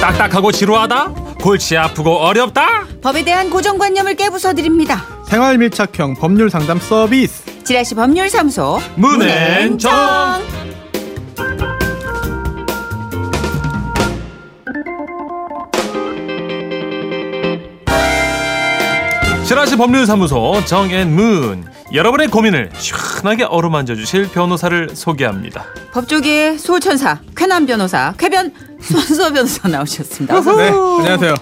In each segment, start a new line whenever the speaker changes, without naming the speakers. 딱딱하고 지루하다? 골치 아프고 어렵다?
법에 대한 고정관념을 깨부숴 드립니다.
생활 밀착형 법률 상담 서비스.
지라시 법률사무소
문앤정. 지라시 법률사무소 정앤문 여러분의 고민을 시원하게 어루만져 주실 변호사를 소개합니다.
법조계 소천사 쾌남 변호사 쾌변 손소 변호사 나오셨습니다. 어서
네, 안녕하세요.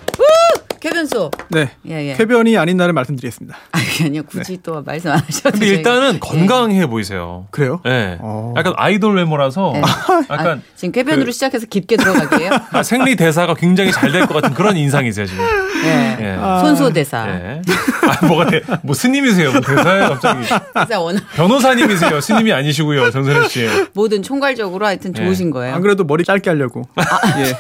쾌변소.
네,
예, 예.
쾌변이 아닌 날을 말씀드리겠습니다.
아니, 아니요 굳이 또 말씀 안
네.
하셔도.
근데
저희가-
일단은
예.
건강해 보이세요.
그래요?
예.
어.
약간 아이돌 외모라서
네.
약간
아, 지금 쾌변으로
그-
시작해서 깊게 들어가기에요.
아, 생리 대사가 굉장히 잘 될 것 같은 그런 인상이세요 지금.
예.
예.
손소 대사.
예. 아, 뭐가 돼? 뭐 스님이세요? 뭐 대사예요 갑자기?
진짜 워낙
변호사님이세요? 스님이 아니시고요, 정선혜 씨.
모든 총괄적으로 하여튼
예.
좋으신 거예요.
안 그래도 머리 짧게 하려고.
아.
예,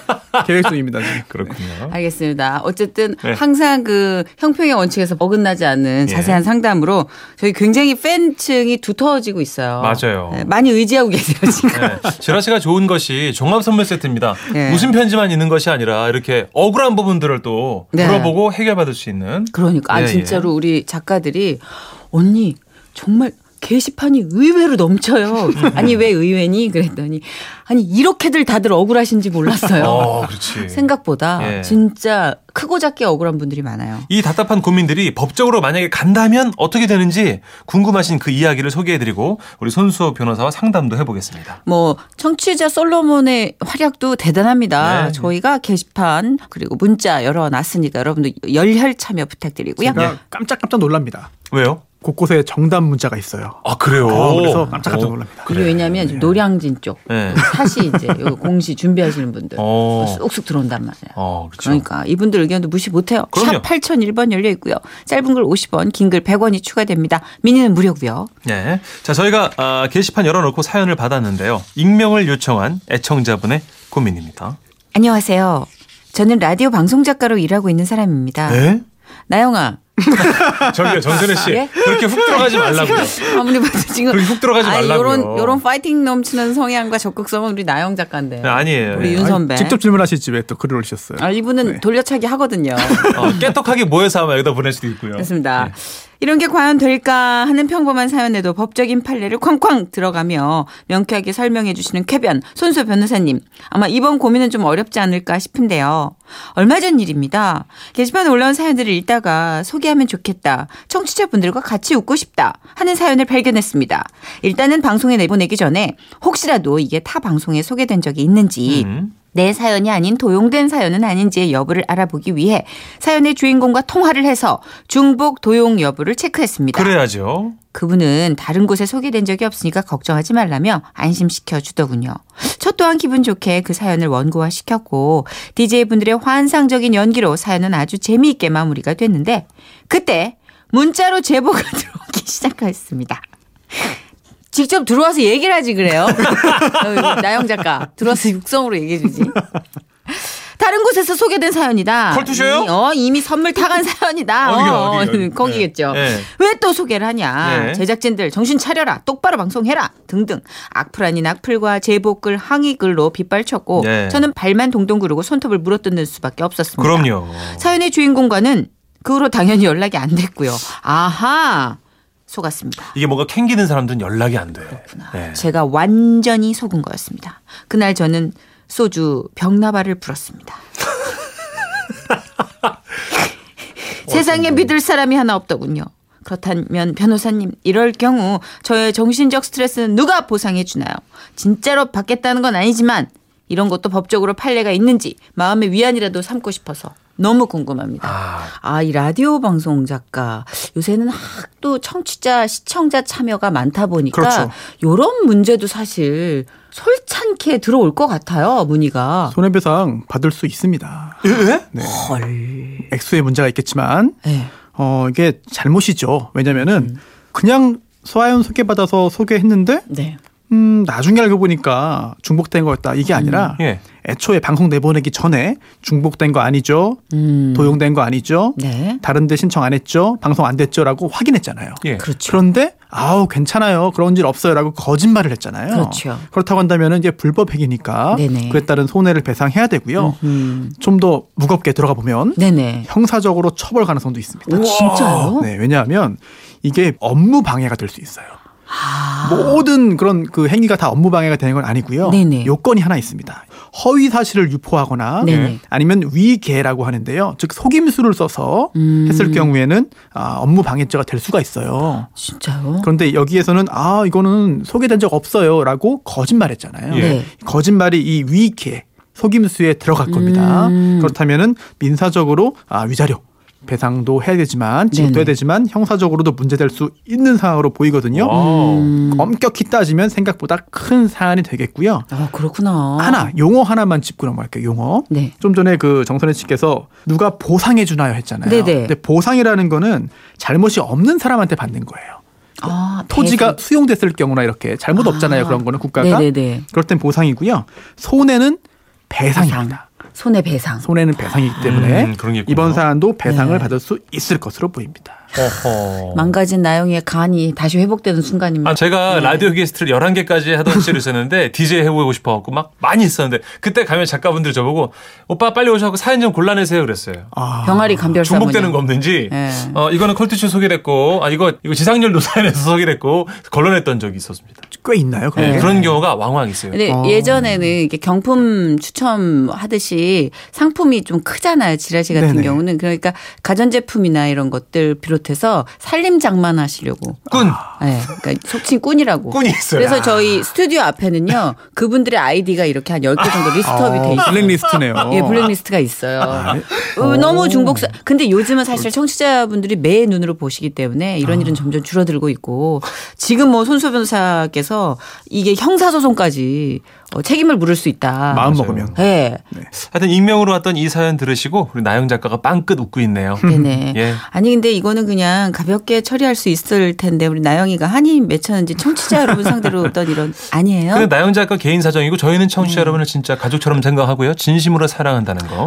계획 중입니다. 지금.
네.
그렇군요.
알겠습니다.
어?
어쨌든
네.
항상 그 형평의 원칙에서 어긋나지 않는
예.
자세한 상담으로 저희 굉장히 팬층이 두터워지고 있어요.
맞아요.
네, 많이 의지하고 계세요 지금.
네. 지라 씨가 좋은 것이 종합 선물 세트입니다.
네.
웃음 편지만 있는 것이 아니라 이렇게 억울한 부분들을 또
네.
물어보고 해결받을 수 있는.
그러니까 아
예, 예.
진짜로 우리 작가들이 언니 정말 게시판이 의외로 넘쳐요. 아니 왜 의외니 그랬더니 아니 이렇게들 다들 억울하신지 몰랐어요.
어, 그렇지.
생각보다
예.
진짜 크고 작게 억울한 분들이 많아요.
이 답답한 고민들이 법적으로 만약에 간다면 어떻게 되는지 궁금하신 그 이야기를 소개해드리고 우리 손수호 변호사와 상담도 해보겠습니다.
뭐 청취자 솔로몬의 활약도 대단합니다.
네.
저희가 게시판 그리고 문자 열어놨으니까 여러분도 열혈 참여 부탁드리고요. 네.
제가 깜짝깜짝 놀랍니다.
왜요?
곳곳에 정답 문자가 있어요.
아 그래요?
어, 그래서 깜짝깜짝 놀랍니다.
그리고 왜냐하면 노량진 쪽
네.
사시 이제 요 공시 준비하시는 분들
어.
쑥쑥 들어온단 말이에요.
어, 그렇죠.
그러니까 이분들 의견도 무시 못해요.
그럼요.
샵 8001번 열려 있고요. 짧은 글 50원, 긴 글 100원이 추가됩니다. 미니는 무료고요.
네. 자, 저희가 아, 게시판 열어놓고 사연을 받았는데요. 익명을 요청한 애청자분의 고민입니다.
안녕하세요. 저는 라디오 방송 작가로 일하고 있는 사람입니다.
네?
나영아,
저기요, 전선혜 씨.
예?
그렇게 훅 들어가지 말라고요.
아무리 봐도 지금
그렇게 훅 들어가지
아니,
말라고요.
요런 요런 파이팅 넘치는 성향과 적극성은 우리 나영 작가인데.
네, 아니에요.
우리
예.
윤
아니,
선배.
직접 네. 질문하시지 왜 또 글을 올리셨어요?
아, 이분은 돌려차기 하거든요.
어, 깨떡하게 모여서 아마 여기다 보낼 수도 있고요.
그렇습니다. 이런 게 과연 될까 하는 평범한 사연에도 법적인 판례를 쾅쾅 들어가며 명쾌하게 설명해 주시는 쾌변 손수 변호사님 아마 이번 고민은 좀 어렵지 않을까 싶은데요. 얼마 전 일입니다. 게시판에 올라온 사연들을 읽다가 소개하면 좋겠다. 청취자분들과 같이 웃고 싶다 하는 사연을 발견했습니다. 일단은 방송에 내보내기 전에 혹시라도 이게 타 방송에 소개된 적이 있는지
음.
내 사연이 아닌 도용된 사연은 아닌지의 여부를 알아보기 위해 사연의 주인공과 통화를 해서 중복 도용 여부를 체크했습니다.
그래야죠.
그분은 다른 곳에 소개된 적이 없으니까 걱정하지 말라며 안심시켜 주더군요. 저 또한 기분 좋게 그 사연을 원고화 시켰고 DJ분들의 환상적인 연기로 사연은 아주 재미있게 마무리가 됐는데 그때 문자로 제보가 들어오기 시작했습니다. 직접 들어와서 얘기를 하지 그래요. 어이, 나영 작가 들어와서 육성으로 얘기해 주지. 다른 곳에서 소개된 사연이다.
컬투쇼요?
이미, 어, 이미 선물 타간 사연이다.
어디요,
어,
어디요?
거기겠죠.
예. 예.
왜 또 소개를 하냐.
네.
제작진들 정신 차려라. 똑바로 방송해라. 등등. 악플 아닌 악플과 제보글, 항의글로 빗발쳤고
네.
저는 발만 동동 구르고 손톱을 물어뜯는 수밖에 없었습니다.
그럼요.
사연의 주인공과는 그 후로 당연히 연락이 안 됐고요. 아하. 속았습니다.
이게 뭔가 캥기는 사람들은 연락이 안 돼요.
네.
예.
제가 완전히 속은 거였습니다. 그날 저는 소주 병나발을 불었습니다. 세상에 믿을 사람이 하나 없더군요. 그렇다면 변호사님 이럴 경우 저의 정신적 스트레스는 누가 보상해 주나요? 진짜로 받겠다는 건 아니지만 이런 것도 법적으로 판례가 있는지 마음의 위안이라도 삼고 싶어서 너무 궁금합니다.
아,
아, 이 라디오 방송 작가 요새는 학도 청취자 시청자 참여가 많다 보니까
그렇죠.
요런 문제도 사실 솔찬게 들어올 것 같아요 문의가.
손해배상 받을 수 있습니다. 네. 액수에 문제가 있겠지만
예.
어, 이게 잘못이죠.
음.
왜냐면은 그냥 소아연 소개받아서 소개했는데
네.
음, 나중에 알고 보니까 중복된 거였다. 이게 아니라
예.
애초에 방송 내보내기 전에 중복된 거 아니죠?
음.
도용된 거 아니죠?
네.
다른데 신청 안 했죠? 방송 안 됐죠?라고 확인했잖아요.
예.
그렇죠.
네. 그런데 아우 괜찮아요 그런 일 없어요라고 거짓말을 했잖아요.
그렇죠.
그렇다고 한다면 이제 불법 행위니까
네네.
그에 따른 손해를 배상해야 되고요.
음.
좀 더 무겁게 들어가 보면
네네. 어?
형사적으로 처벌 가능성도 있습니다.
우와. 진짜요?
네, 왜냐하면 이게 업무 방해가 될 수 있어요.
아.
모든 그런 그 행위가 다 업무 방해가 되는 건 아니고요.
네네.
요건이 하나 있습니다. 허위 사실을 유포하거나
네네.
아니면 위계라고 하는데요. 즉 속임수를 써서
음.
했을 경우에는 아, 업무 방해죄가 될 수가 있어요.
진짜요?
그런데 여기에서는 아 이거는 소개된 적 없어요라고 거짓말했잖아요.
예.
네.
거짓말이 이 위계 속임수에 들어갈 겁니다.
음.
그렇다면은 민사적으로 아 위자료 배상도 해야 되지만 지급도
네네.
해야 되지만 형사적으로도 문제될 수 있는 상황으로 보이거든요.
와우.
음.
엄격히 따지면 생각보다 큰 사안이 되겠고요.
아 그렇구나.
하나 용어 하나만 짚고 넘어갈게요. 용어.
네.
좀 전에 그 정선혜 씨께서 누가 보상해 주나요 했잖아요.
네네.
근데 보상이라는 거는 잘못이 없는 사람한테 받는 거예요.
아
토지가
대금.
수용됐을 경우나 이렇게 잘못 없잖아요.
아.
그런 거는 국가가.
네네네.
그럴 땐 보상이고요. 손해는 배상입니다.
손해 배상.
손해는 배상이기 때문에
음, 그런 게 있군요.
이번 사안도 배상을
아. 네.
받을 수 있을 것으로 보입니다.
어허.
망가진 나영이의 간이 다시 회복되는 순간입니다. 네.
아, 제가 라디오 게스트를 11개까지 하던 시절이 있었는데, DJ 해보고 싶어갖고 막 많이 있었는데, 그때 가면 작가분들이 저보고, 오빠 빨리 오셔갖고 사연 좀 골라내세요. 그랬어요.
아.
병아리 감별사
중복되는 거 없는지,
예.
어, 이거는 컬투쇼 소개됐고, 아, 이거, 이거 지상렬 노사연에서 소개됐고, 걸러냈던 적이 있었습니다.
꽤 있나요? 그런
네.
예,
게?
그런 경우가 왕왕 있어요.
근데
어.
네, 예전에는 이게 경품 추첨하듯이 상품이 좀 크잖아요. 지라시 같은
네네.
경우는 그러니까 가전제품이나 이런 것들 비롯해서 살림 장만하시려고.
꾼!
예, 그러니까 속칭 꾼이라고.
꾼이 있어요.
그래서 저희 스튜디오 앞에는요 그분들의 아이디가 이렇게 한 10개 정도 리스트업이 돼
어,
있어요.
블랙리스트네요.
예, 블랙리스트가 있어요. 어, 너무 중복사. 근데 요즘은 사실 청취자분들이 매 눈으로 보시기 때문에 이런 일은 점점 줄어들고 있고 지금 뭐 손수 변호사께서 이게 형사소송까지 어, 책임을 물을 수 있다.
마음
맞아요.
먹으면.
예.
하여튼 익명으로 왔던 이 사연 들으시고, 우리 나영 작가가 빵끝 웃고 있네요.
네네.
예.
아니 근데 이거는 그냥 가볍게 처리할 수 있을 텐데 우리 나영이가 한이 맺혔는지 청취자 여러분 상대로 어떤 이런
근데
아니에요?
나영 작가 개인 사정이고, 저희는 청취자 여러분을 진짜 가족처럼 생각하고요. 진심으로 사랑한다는 거.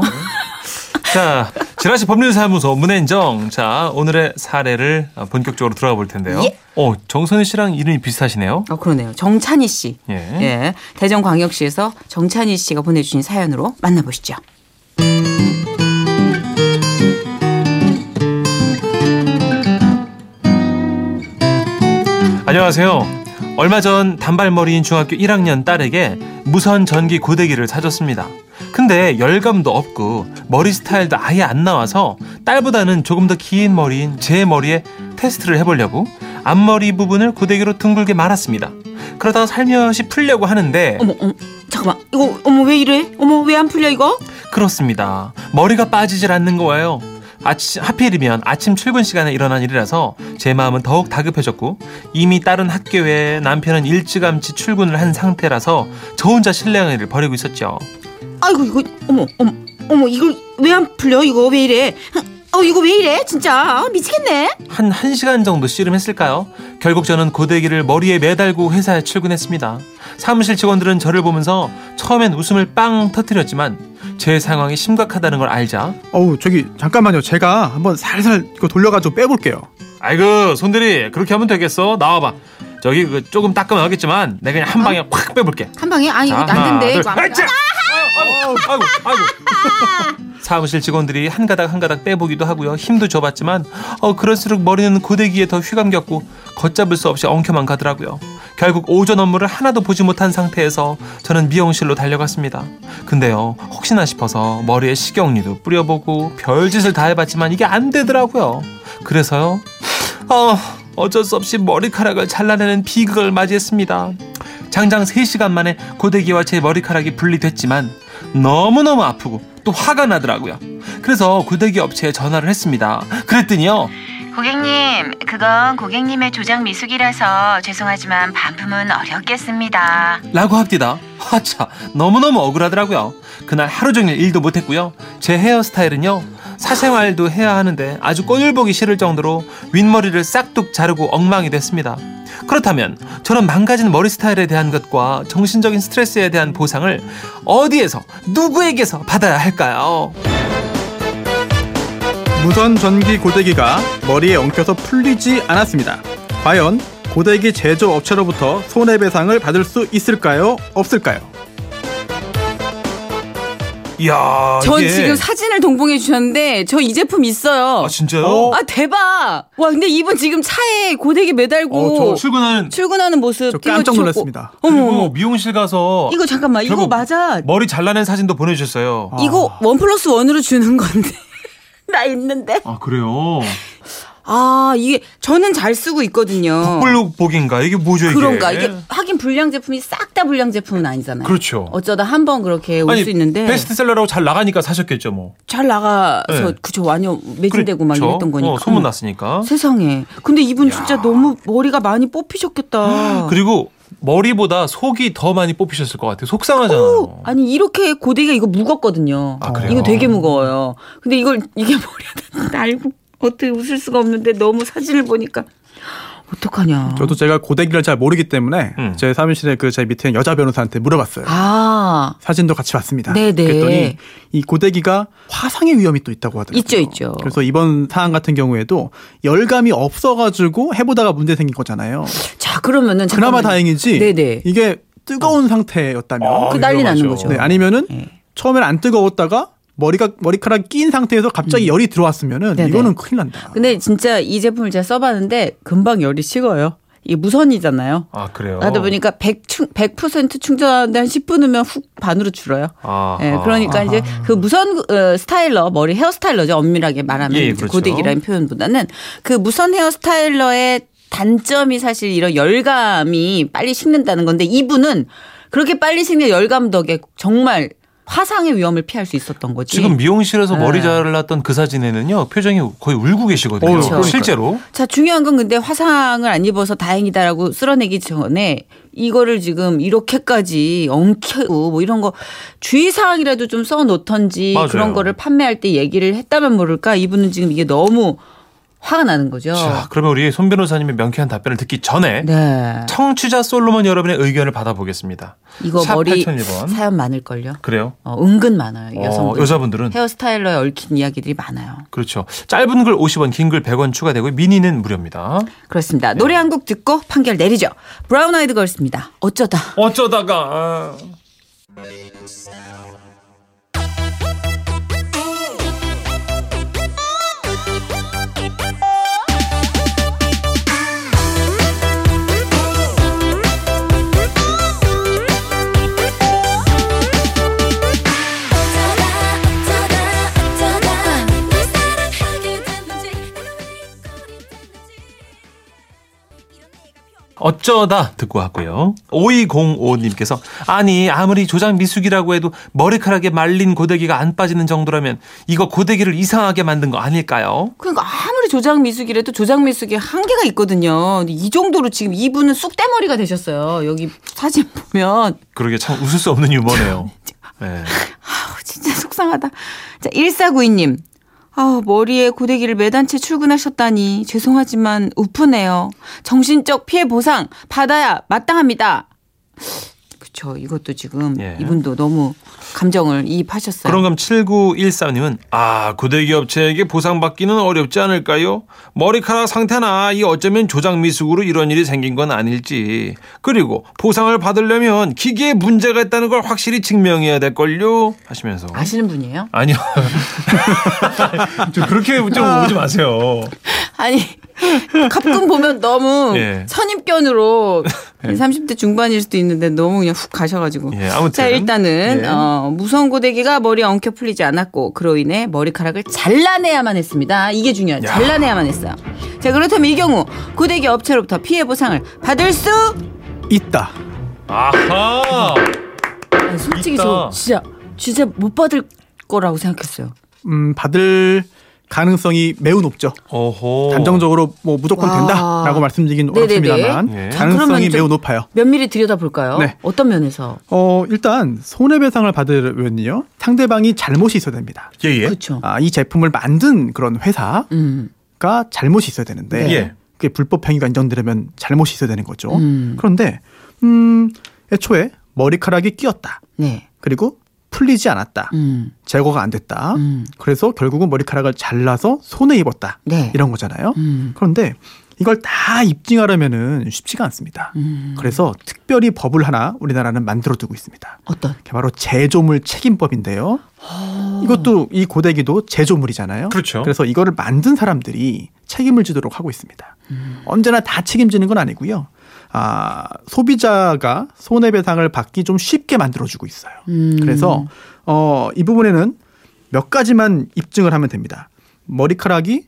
자, 지라시 법률사무소 문앤정. 자, 오늘의 사례를 본격적으로 들어가 볼 텐데요.
예.
어, 정선희 씨랑 이름이 비슷하시네요.
어 그러네요. 정찬희 씨.
예.
예. 대전광역시에서 정찬희 씨가 보내주신 사연으로 만나보시죠.
안녕하세요. 얼마 전 단발머리인 중학교 1학년 딸에게 무선 전기 고데기를 사줬습니다. 근데 열감도 없고 머리 스타일도 아예 안 나와서 딸보다는 조금 더 긴 머리인 제 머리에 테스트를 해보려고 앞머리 부분을 고데기로 둥글게 말았습니다. 그러다가 살며시 풀려고 하는데
어머, 어머, 잠깐만. 이거, 어머, 왜 이래? 어머, 왜 안 풀려, 이거?
그렇습니다. 머리가 빠지질 않는 거예요. 아치, 하필이면 아침 출근 시간에 일어난 일이라서 제 마음은 더욱 다급해졌고 이미 다른 학교에 남편은 일찌감치 출근을 한 상태라서 저 혼자 실랑이를 벌이고 있었죠.
아이고, 이거, 어머, 어머, 어머, 이걸 왜 안 풀려, 이거? 왜 이래? 어, 이거 왜 이래? 진짜. 아, 미치겠네.
한 1시간 정도 씨름했을까요? 결국 저는 고데기를 머리에 매달고 회사에 출근했습니다. 사무실 직원들은 저를 보면서 처음엔 웃음을 빵 터뜨렸지만 제 상황이 심각하다는 걸 알자
어우 저기 잠깐만요. 제가 한번 살살 이거 돌려가지고 빼볼게요.
아이고 손들이 그렇게 하면 되겠어 나와봐 저기 그 조금 따끔하겠지만 내가 그냥 한 방에 확 빼볼게
한 방에, 아니,
자,
이거
하나,
안 된대.
둘,
이거 안
아이차! 아이고 아이고 아이고 사무실 직원들이 한 가닥 한 가닥 빼보기도 하고요 힘도 줘봤지만 어 그럴수록 머리는 고데기에 더 휘감겼고 걷잡을 수 없이 엉켜만 가더라고요 결국 오전 업무를 하나도 보지 못한 상태에서 저는 미용실로 달려갔습니다 근데요 혹시나 싶어서 머리에 식용유도 뿌려보고 별짓을 다 해봤지만 이게 안 되더라고요 그래서요 어, 어쩔 수 없이 머리카락을 잘라내는 비극을 맞이했습니다. 장장 3시간 만에 고데기와 제 머리카락이 분리됐지만 너무너무 아프고 또 화가 나더라고요. 그래서 고데기 업체에 전화를 했습니다. 그랬더니요.
고객님, 그건 고객님의 조작 미숙이라서 죄송하지만 반품은 어렵겠습니다.
라고 합디다. 하차 너무너무 억울하더라고요. 그날 하루 종일 일도 못했고요. 제 헤어스타일은요. 사생활도 해야 하는데 아주 꼴 보기 싫을 정도로 윗머리를 싹둑 자르고 엉망이 됐습니다. 그렇다면 저런 망가진 머리 스타일에 대한 것과 정신적인 스트레스에 대한 보상을 어디에서 누구에게서 받아야 할까요?
무선 전기 고데기가 머리에 엉켜서 풀리지 않았습니다. 과연 고데기 제조업체로부터 손해배상을 받을 수 있을까요? 없을까요?
이야,
전
아, 이게-
지금 사진을 동봉해 주셨는데 저 이 제품 있어요.
아 진짜요?
어?
아 대박! 와 근데 이분 지금 차에 고데기 매달고
어, 저 출근하는
출근하는 모습
저 깜짝
띄워주셨고.
놀랐습니다.
어머
그리고
어머.
미용실 가서
이거 잠깐만 이거
결국
맞아.
머리 잘라낸 사진도 보내주셨어요. 뭐, 아,
이거 원 플러스 원으로 주는 건데 나 있는데.
그래요?
아 이게 저는 잘 쓰고 있거든요.
꿀복인가 이게 뭐죠 이게?
어. 그런가 이게 하긴 불량 제품이 싹 다 불량 제품은 아니잖아요.
그렇죠.
어쩌다 한 번 그렇게 올
아니,
수 있는데
베스트셀러라고 잘 나가니까 사셨겠죠 뭐.
잘 나가서
네.
그저 완전 매진되고 막
그렇죠?
이랬던 거니까 음.
어, 소문 났으니까.
세상에. 근데 이분 진짜 너무 머리가 많이 뽑히셨겠다.
그리고 머리보다 속이 더 많이 뽑히셨을 것 같아요. 속상하잖아요.
오, 아니 이렇게 고데기가 이거 무겁거든요.
아, 그래요?
이거 되게 무거워요. 근데 이걸 이게 머리에다 날고 어떻게 웃을 수가 없는데 너무 사진을 보니까 어떡하냐.
저도 제가 고데기를 잘 모르기 때문에
음.
제 사무실에 그 제 밑에 있는 여자 변호사한테 물어봤어요.
아
사진도 같이 봤습니다.
네네.
그랬더니 이 고데기가 화상의 위험이 또 있다고 하더라고요.
있죠, 있죠.
그래서 이번 사안 같은 경우에도 열감이 없어가지고 해보다가 문제 생긴 거잖아요.
자 그러면은
그나마
잠깐만요.
다행이지.
네네.
이게 뜨거운 상태였다면.
그 난리 나는 거죠.
네, 아니면은
네.
처음엔 안 뜨거웠다가 머리가 머리카락 낀 상태에서 갑자기 열이 들어왔으면은
음. 네네. 그
이거는 큰일 난다.
근데 진짜 이 제품을 제가 써봤는데 금방 열이 식어요. 이게 무선이잖아요.
아 그래요.
하다 보니까 100, 충, 100% 충전하는데 한 10분 후면 훅 반으로 줄어요.
아,
예, 그러니까 이제 그 무선 어, 스타일러 머리 헤어 스타일러죠 엄밀하게 말하면
예,
이제
그렇죠.
고데기라는 표현보다는 그 무선 헤어 스타일러의 단점이 사실 이런 열감이 빨리 식는다는 건데 이분은 그렇게 빨리 식는 열감 덕에 정말 화상의 위험을 피할 수 있었던 거지.
지금 미용실에서 머리
네.
잘랐던 그 사진에는요 표정이 거의 울고 계시거든요.
그렇죠.
어, 그러니까요.
실제로.
자 중요한 건 근데 화상을 안 입어서 다행이다라고 쓸어내기 전에 이거를 지금 이렇게까지 엉켜고 뭐 이런 거 주의사항이라도 좀 써놓던지
맞아요.
그런 거를 판매할 때 얘기를 했다면 모를까 이분은 지금 이게 너무 화가 나는 거죠.
자 그러면 우리 손 변호사님의 명쾌한 답변을 듣기 전에
네,
청취자 솔로몬 여러분의 의견을 받아보겠습니다.
이거
샵
머리
8001번.
사연 많을걸요.
그래요?
어, 은근 많아요
어,
여성분.
여자분들은
헤어스타일러에 얽힌 이야기들이 많아요.
그렇죠. 짧은 글 50원, 긴 글 100원 추가되고 미니는 무료입니다. 네.
그렇습니다. 노래 한 곡 듣고 판결 내리죠. 브라운 아이드 걸스입니다. 어쩌다. 아.
어쩌다가 어쩌다 듣고 왔고요. 5205님께서 아니 아무리 조장 미숙이라고 해도 머리카락에 말린 고데기가 안 빠지는 정도라면 이거 고데기를 이상하게 만든 거 아닐까요?
그러니까 아무리 조장 미숙이라도 조장 미숙이 한계가 있거든요. 근데 이 정도로 지금 이분은 쑥대머리가 되셨어요. 여기 사진 보면
그러게 참 웃을 수 없는 유머네요. 네.
아우 진짜 속상하다. 자, 1492님. 아, 머리에 고데기를 매단 채 출근하셨다니 죄송하지만 우프네요. 정신적 피해 보상 받아야 마땅합니다. 그쵸 이것도 지금
예.
이분도 너무 감정을 이입하셨어요.
그런 감 7913님은 아 고데기 업체에게 보상받기는 어렵지 않을까요? 머리카락 상태나 이 어쩌면 조장 미숙으로 이런 일이 생긴 건 아닐지 그리고 보상을 받으려면 기계에 문제가 있다는 걸 확실히 증명해야 될걸요 하시면서
아시는 분이에요?
아니요. 좀 그렇게 좀 오지 마세요.
아니 가끔 보면 너무
예.
선입견으로 30대 중반일 수도 있는데 너무 그냥 훅 가셔가지고
예, 아무튼.
자 일단은
예.
어, 무서운 고데기가 머리에 엉켜 풀리지 않았고 그로 인해 머리카락을 잘라내야만 했습니다 이게 중요하죠
야.
잘라내야만 했어요 자 그렇다면 이 경우 고데기 업체로부터 피해 보상을 받을 수
있다.
아하.
아니, 솔직히 저
있다.
진짜 진짜 못 받을 거라고 생각했어요
음, 받을 가능성이 매우 높죠.
어허.
단정적으로 뭐 무조건
와.
된다라고 말씀드리긴
네네네.
어렵습니다만
예. 자,
가능성이
그러면 좀-
매우 높아요.
면밀히 들여다볼까요?
네.
어떤 면에서?
어, 일단 손해배상을 받으려면요 상대방이 잘못이 있어야 됩니다.
예, 예.
그렇죠.
아, 이 제품을 만든 그런 회사가
음.
잘못이 있어야 되는데
예.
그게 불법 행위가 인정되려면 잘못이 있어야 되는 거죠.
네. 음.
그런데 음, 애초에 머리카락이 끼었다.
네.
그리고 풀리지 않았다.
음.
제거가 안 됐다.
음.
그래서 결국은 머리카락을 잘라서 손에 입었다.
네.
이런 거잖아요.
음.
그런데 이걸 다 입증하려면은 쉽지가 않습니다.
음.
그래서 특별히 법을 하나 우리나라는 만들어두고 있습니다.
어떤?
그게 바로 제조물 책임법인데요. 이것도 이 고데기도 제조물이잖아요.
그렇죠.
그래서 이거를 만든 사람들이 책임을 지도록 하고 있습니다. 언제나 다 책임지는 건 아니고요. 아, 소비자가 손해배상을 받기 좀 쉽게 만들어주고 있어요.
음.
그래서 어, 이 부분에는 몇 가지만 입증을 하면 됩니다. 머리카락이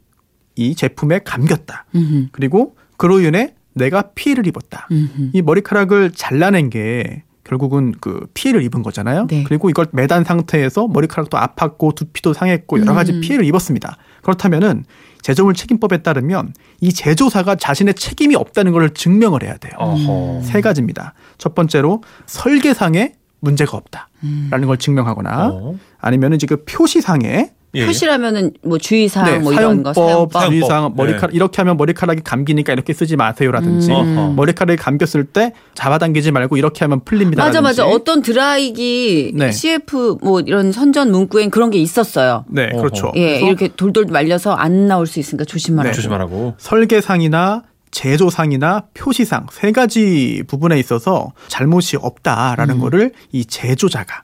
이 제품에 감겼다.
음흠.
그리고 그로 인해 내가 피해를 입었다.
음흠.
이 머리카락을 잘라낸 게 결국은 그 피해를 입은 거잖아요.
네.
그리고 이걸 매단 상태에서 머리카락도 아팠고 두피도 상했고 여러 가지 피해를 입었습니다. 그렇다면은 제조물 책임법에 따르면 이 제조사가 자신의 책임이 없다는 걸 증명을 해야 돼요.
어허.
세 가지입니다. 첫 번째로 설계상에 문제가 없다라는 걸 증명하거나
어.
아니면은 지금 표시상에
예, 예.
표시라면은 뭐 주의사항
네,
뭐 이런 거
사용법,
사용법.
주의사항,
사용법.
머리카락 이렇게 하면 머리카락이 감기니까 이렇게 쓰지 마세요라든지
음. 어허.
머리카락이 감겼을 때 잡아당기지 말고 이렇게 하면 풀립니다.
맞아 맞아. 어떤 드라이기
네.
CF 뭐 이런 선전 문구엔 그런 게 있었어요.
네,
어허.
그렇죠.
예,
그래서
이렇게 돌돌 말려서 안 나올 수 있으니까 조심하라.
네.
조심하라고.
설계상이나 제조상이나 표시상 세 가지 부분에 있어서 잘못이 없다라는 거를 이 제조자가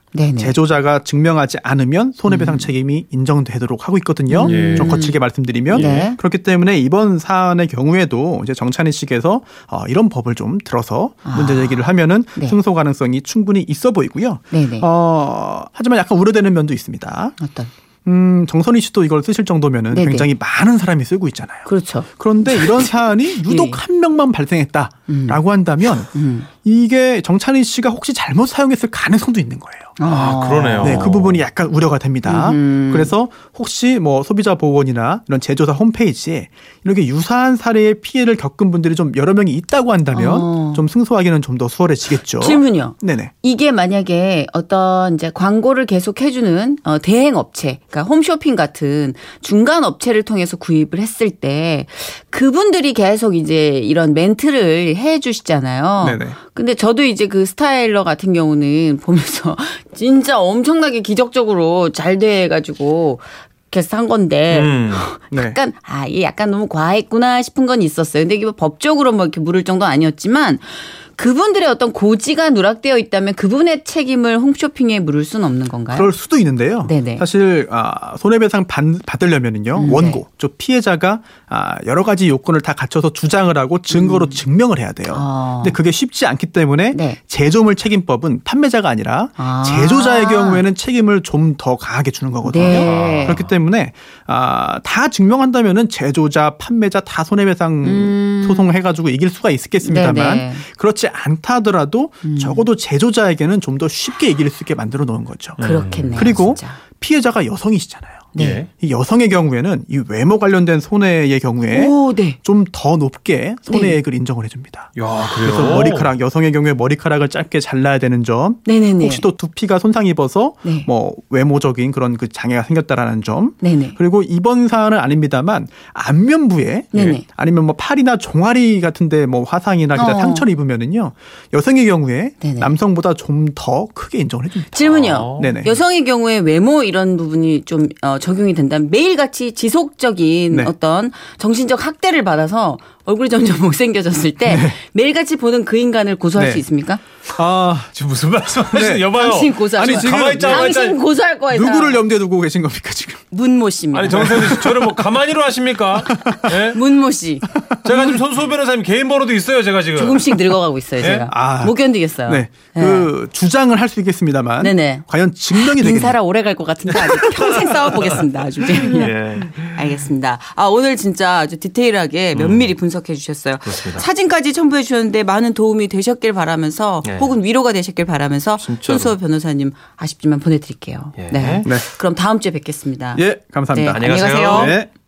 음. 네네. 음.
제조자가 증명하지 않으면 손해배상 책임이 인정되도록 하고 있거든요.
예.
좀 거칠게 말씀드리면
네.
그렇기 때문에 이번 사안의 경우에도 이제 정찬희 씨께서 어, 이런 법을 좀 들어서 문제 제기를 하면은
아. 네.
승소 가능성이 충분히 있어 보이고요.
네네.
어, 하지만 약간 우려되는 면도 있습니다.
어떤?
음, 정선희 씨도 이걸 쓰실 정도면은
네네.
굉장히 많은 사람이 쓰고 있잖아요.
그렇죠.
그런데 이런 사안이 유독 한 명만 발생했다라고 한다면 이게 정찬희 씨가 혹시 잘못 사용했을 가능성도 있는 거예요.
아, 그러네요.
네, 그 부분이 약간 우려가 됩니다. 그래서 혹시 뭐 소비자 보호원이나 이런 제조사 홈페이지에 이렇게 유사한 사례의 피해를 겪은 분들이 좀 여러 명이 있다고 한다면
어.
좀 승소하기는 좀 더 수월해지겠죠.
질문요.
네네.
이게 만약에 어떤 이제 광고를 계속 해주는 어, 대행 업체, 그러니까 홈쇼핑 같은 중간 업체를 통해서 구입을 했을 때 그분들이 계속 이제 이런 멘트를 해주시잖아요.
네네.
근데 저도 이제 그 스타일러 같은 경우는 보면서 진짜 엄청나게 기적적으로 잘 돼가지고 이렇게 산 건데
음.
네.
약간 아, 이게 약간 너무 과했구나 싶은 건 있었어요. 근데 이게 뭐 법적으로 뭐 이렇게 물을 정도는 아니었지만 그분들의 어떤 고지가 누락되어 있다면 그분의 책임을 홈쇼핑에 물을 수는 없는 건가요?
그럴 수도 있는데요.
네네.
사실 아, 손해배상 받, 받으려면은요
음,
원고, 저 피해자가 아, 여러 가지 요건을 다 갖춰서 주장을 하고 증거로 증명을 해야 돼요.
음. 아.
근데 그게 쉽지 않기 때문에
네.
제조물 책임법은 판매자가 아니라
아.
제조자의 경우에는 책임을 좀 더 강하게 주는 거거든요.
네.
그렇기 때문에 아, 다 증명한다면은 제조자, 판매자 다 손해배상 소송 해가지고 이길 수가 있겠습니다만
음. 네네. 음.
그렇지 않다 하더라도 적어도 제조자에게는 좀 더 쉽게 이길 수 있게 만들어 놓은 거죠.
그렇겠네요.
아, 음. 그리고
진짜.
피해자가 여성이시잖아요.
네.
이 여성의 경우에는 이 외모 관련된 손해의 경우에
오, 네.
좀 더 높게 손해액을 인정을 해줍니다.
야, 그래요.
그래서 머리카락 여성의 경우에 머리카락을 짧게 잘라야 되는 점,
네네네.
혹시 또 두피가 손상 입어서
네.
뭐 외모적인 그런 그 장애가 생겼다라는 점,
네네.
그리고 이번 사안은 아닙니다만 안면부에
네네.
아니면 뭐 팔이나 종아리 같은데 뭐 화상이나 기타
어.
상처를 입으면은요 여성의 경우에
네네.
남성보다 좀 더 크게 인정을 해줍니다.
질문이요.
아. 네네.
여성의 경우에 외모 이런 부분이 좀 어, 적용이 된다면 매일같이 지속적인
네.
어떤 정신적 학대를 받아서 얼굴이 점점 못생겨졌을 때 매일같이 보는 그 인간을 고소할
네.
수 있습니까?
아
지금 무슨 말씀하시는
네.
여봐요.
당신 고소할
아니,
거야.
지금-
가만히 있자, 가만히 있자.
당신 고소할 거예요.
누구를 염두에 두고 계신 겁니까 지금?
문모 씨입니다.
아니 정세훈 씨 저를 뭐 가만히로 하십니까? 예?
문모 씨
제가 지금 손수호 변호사님 개인 번호도 있어요 제가 지금.
조금씩 늙어가고 있어요.
예?
제가
아.
못 견디겠어요.
네.
예.
그 주장을 할 수 있겠습니다만
네네.
과연 증명이 되겠나요?
인사라 오래 갈 것 같은데 아주 평생 싸워보겠습니다. 아주
예.
알겠습니다. 아 오늘 진짜 아주 디테일하게 면밀히 분석해 주셨어요.
음. 그렇습니다.
사진까지 첨부해 주셨는데 많은 도움이 되셨길 바라면서
네.
혹은 위로가 되셨길 바라면서
진짜로.
손수호 변호사님 아쉽지만 보내드릴게요.
예.
네.
네.
그럼 다음 주에 뵙겠습니다.
예, 감사합니다.
네,
안녕히 가세요.
안녕히 가세요.
네.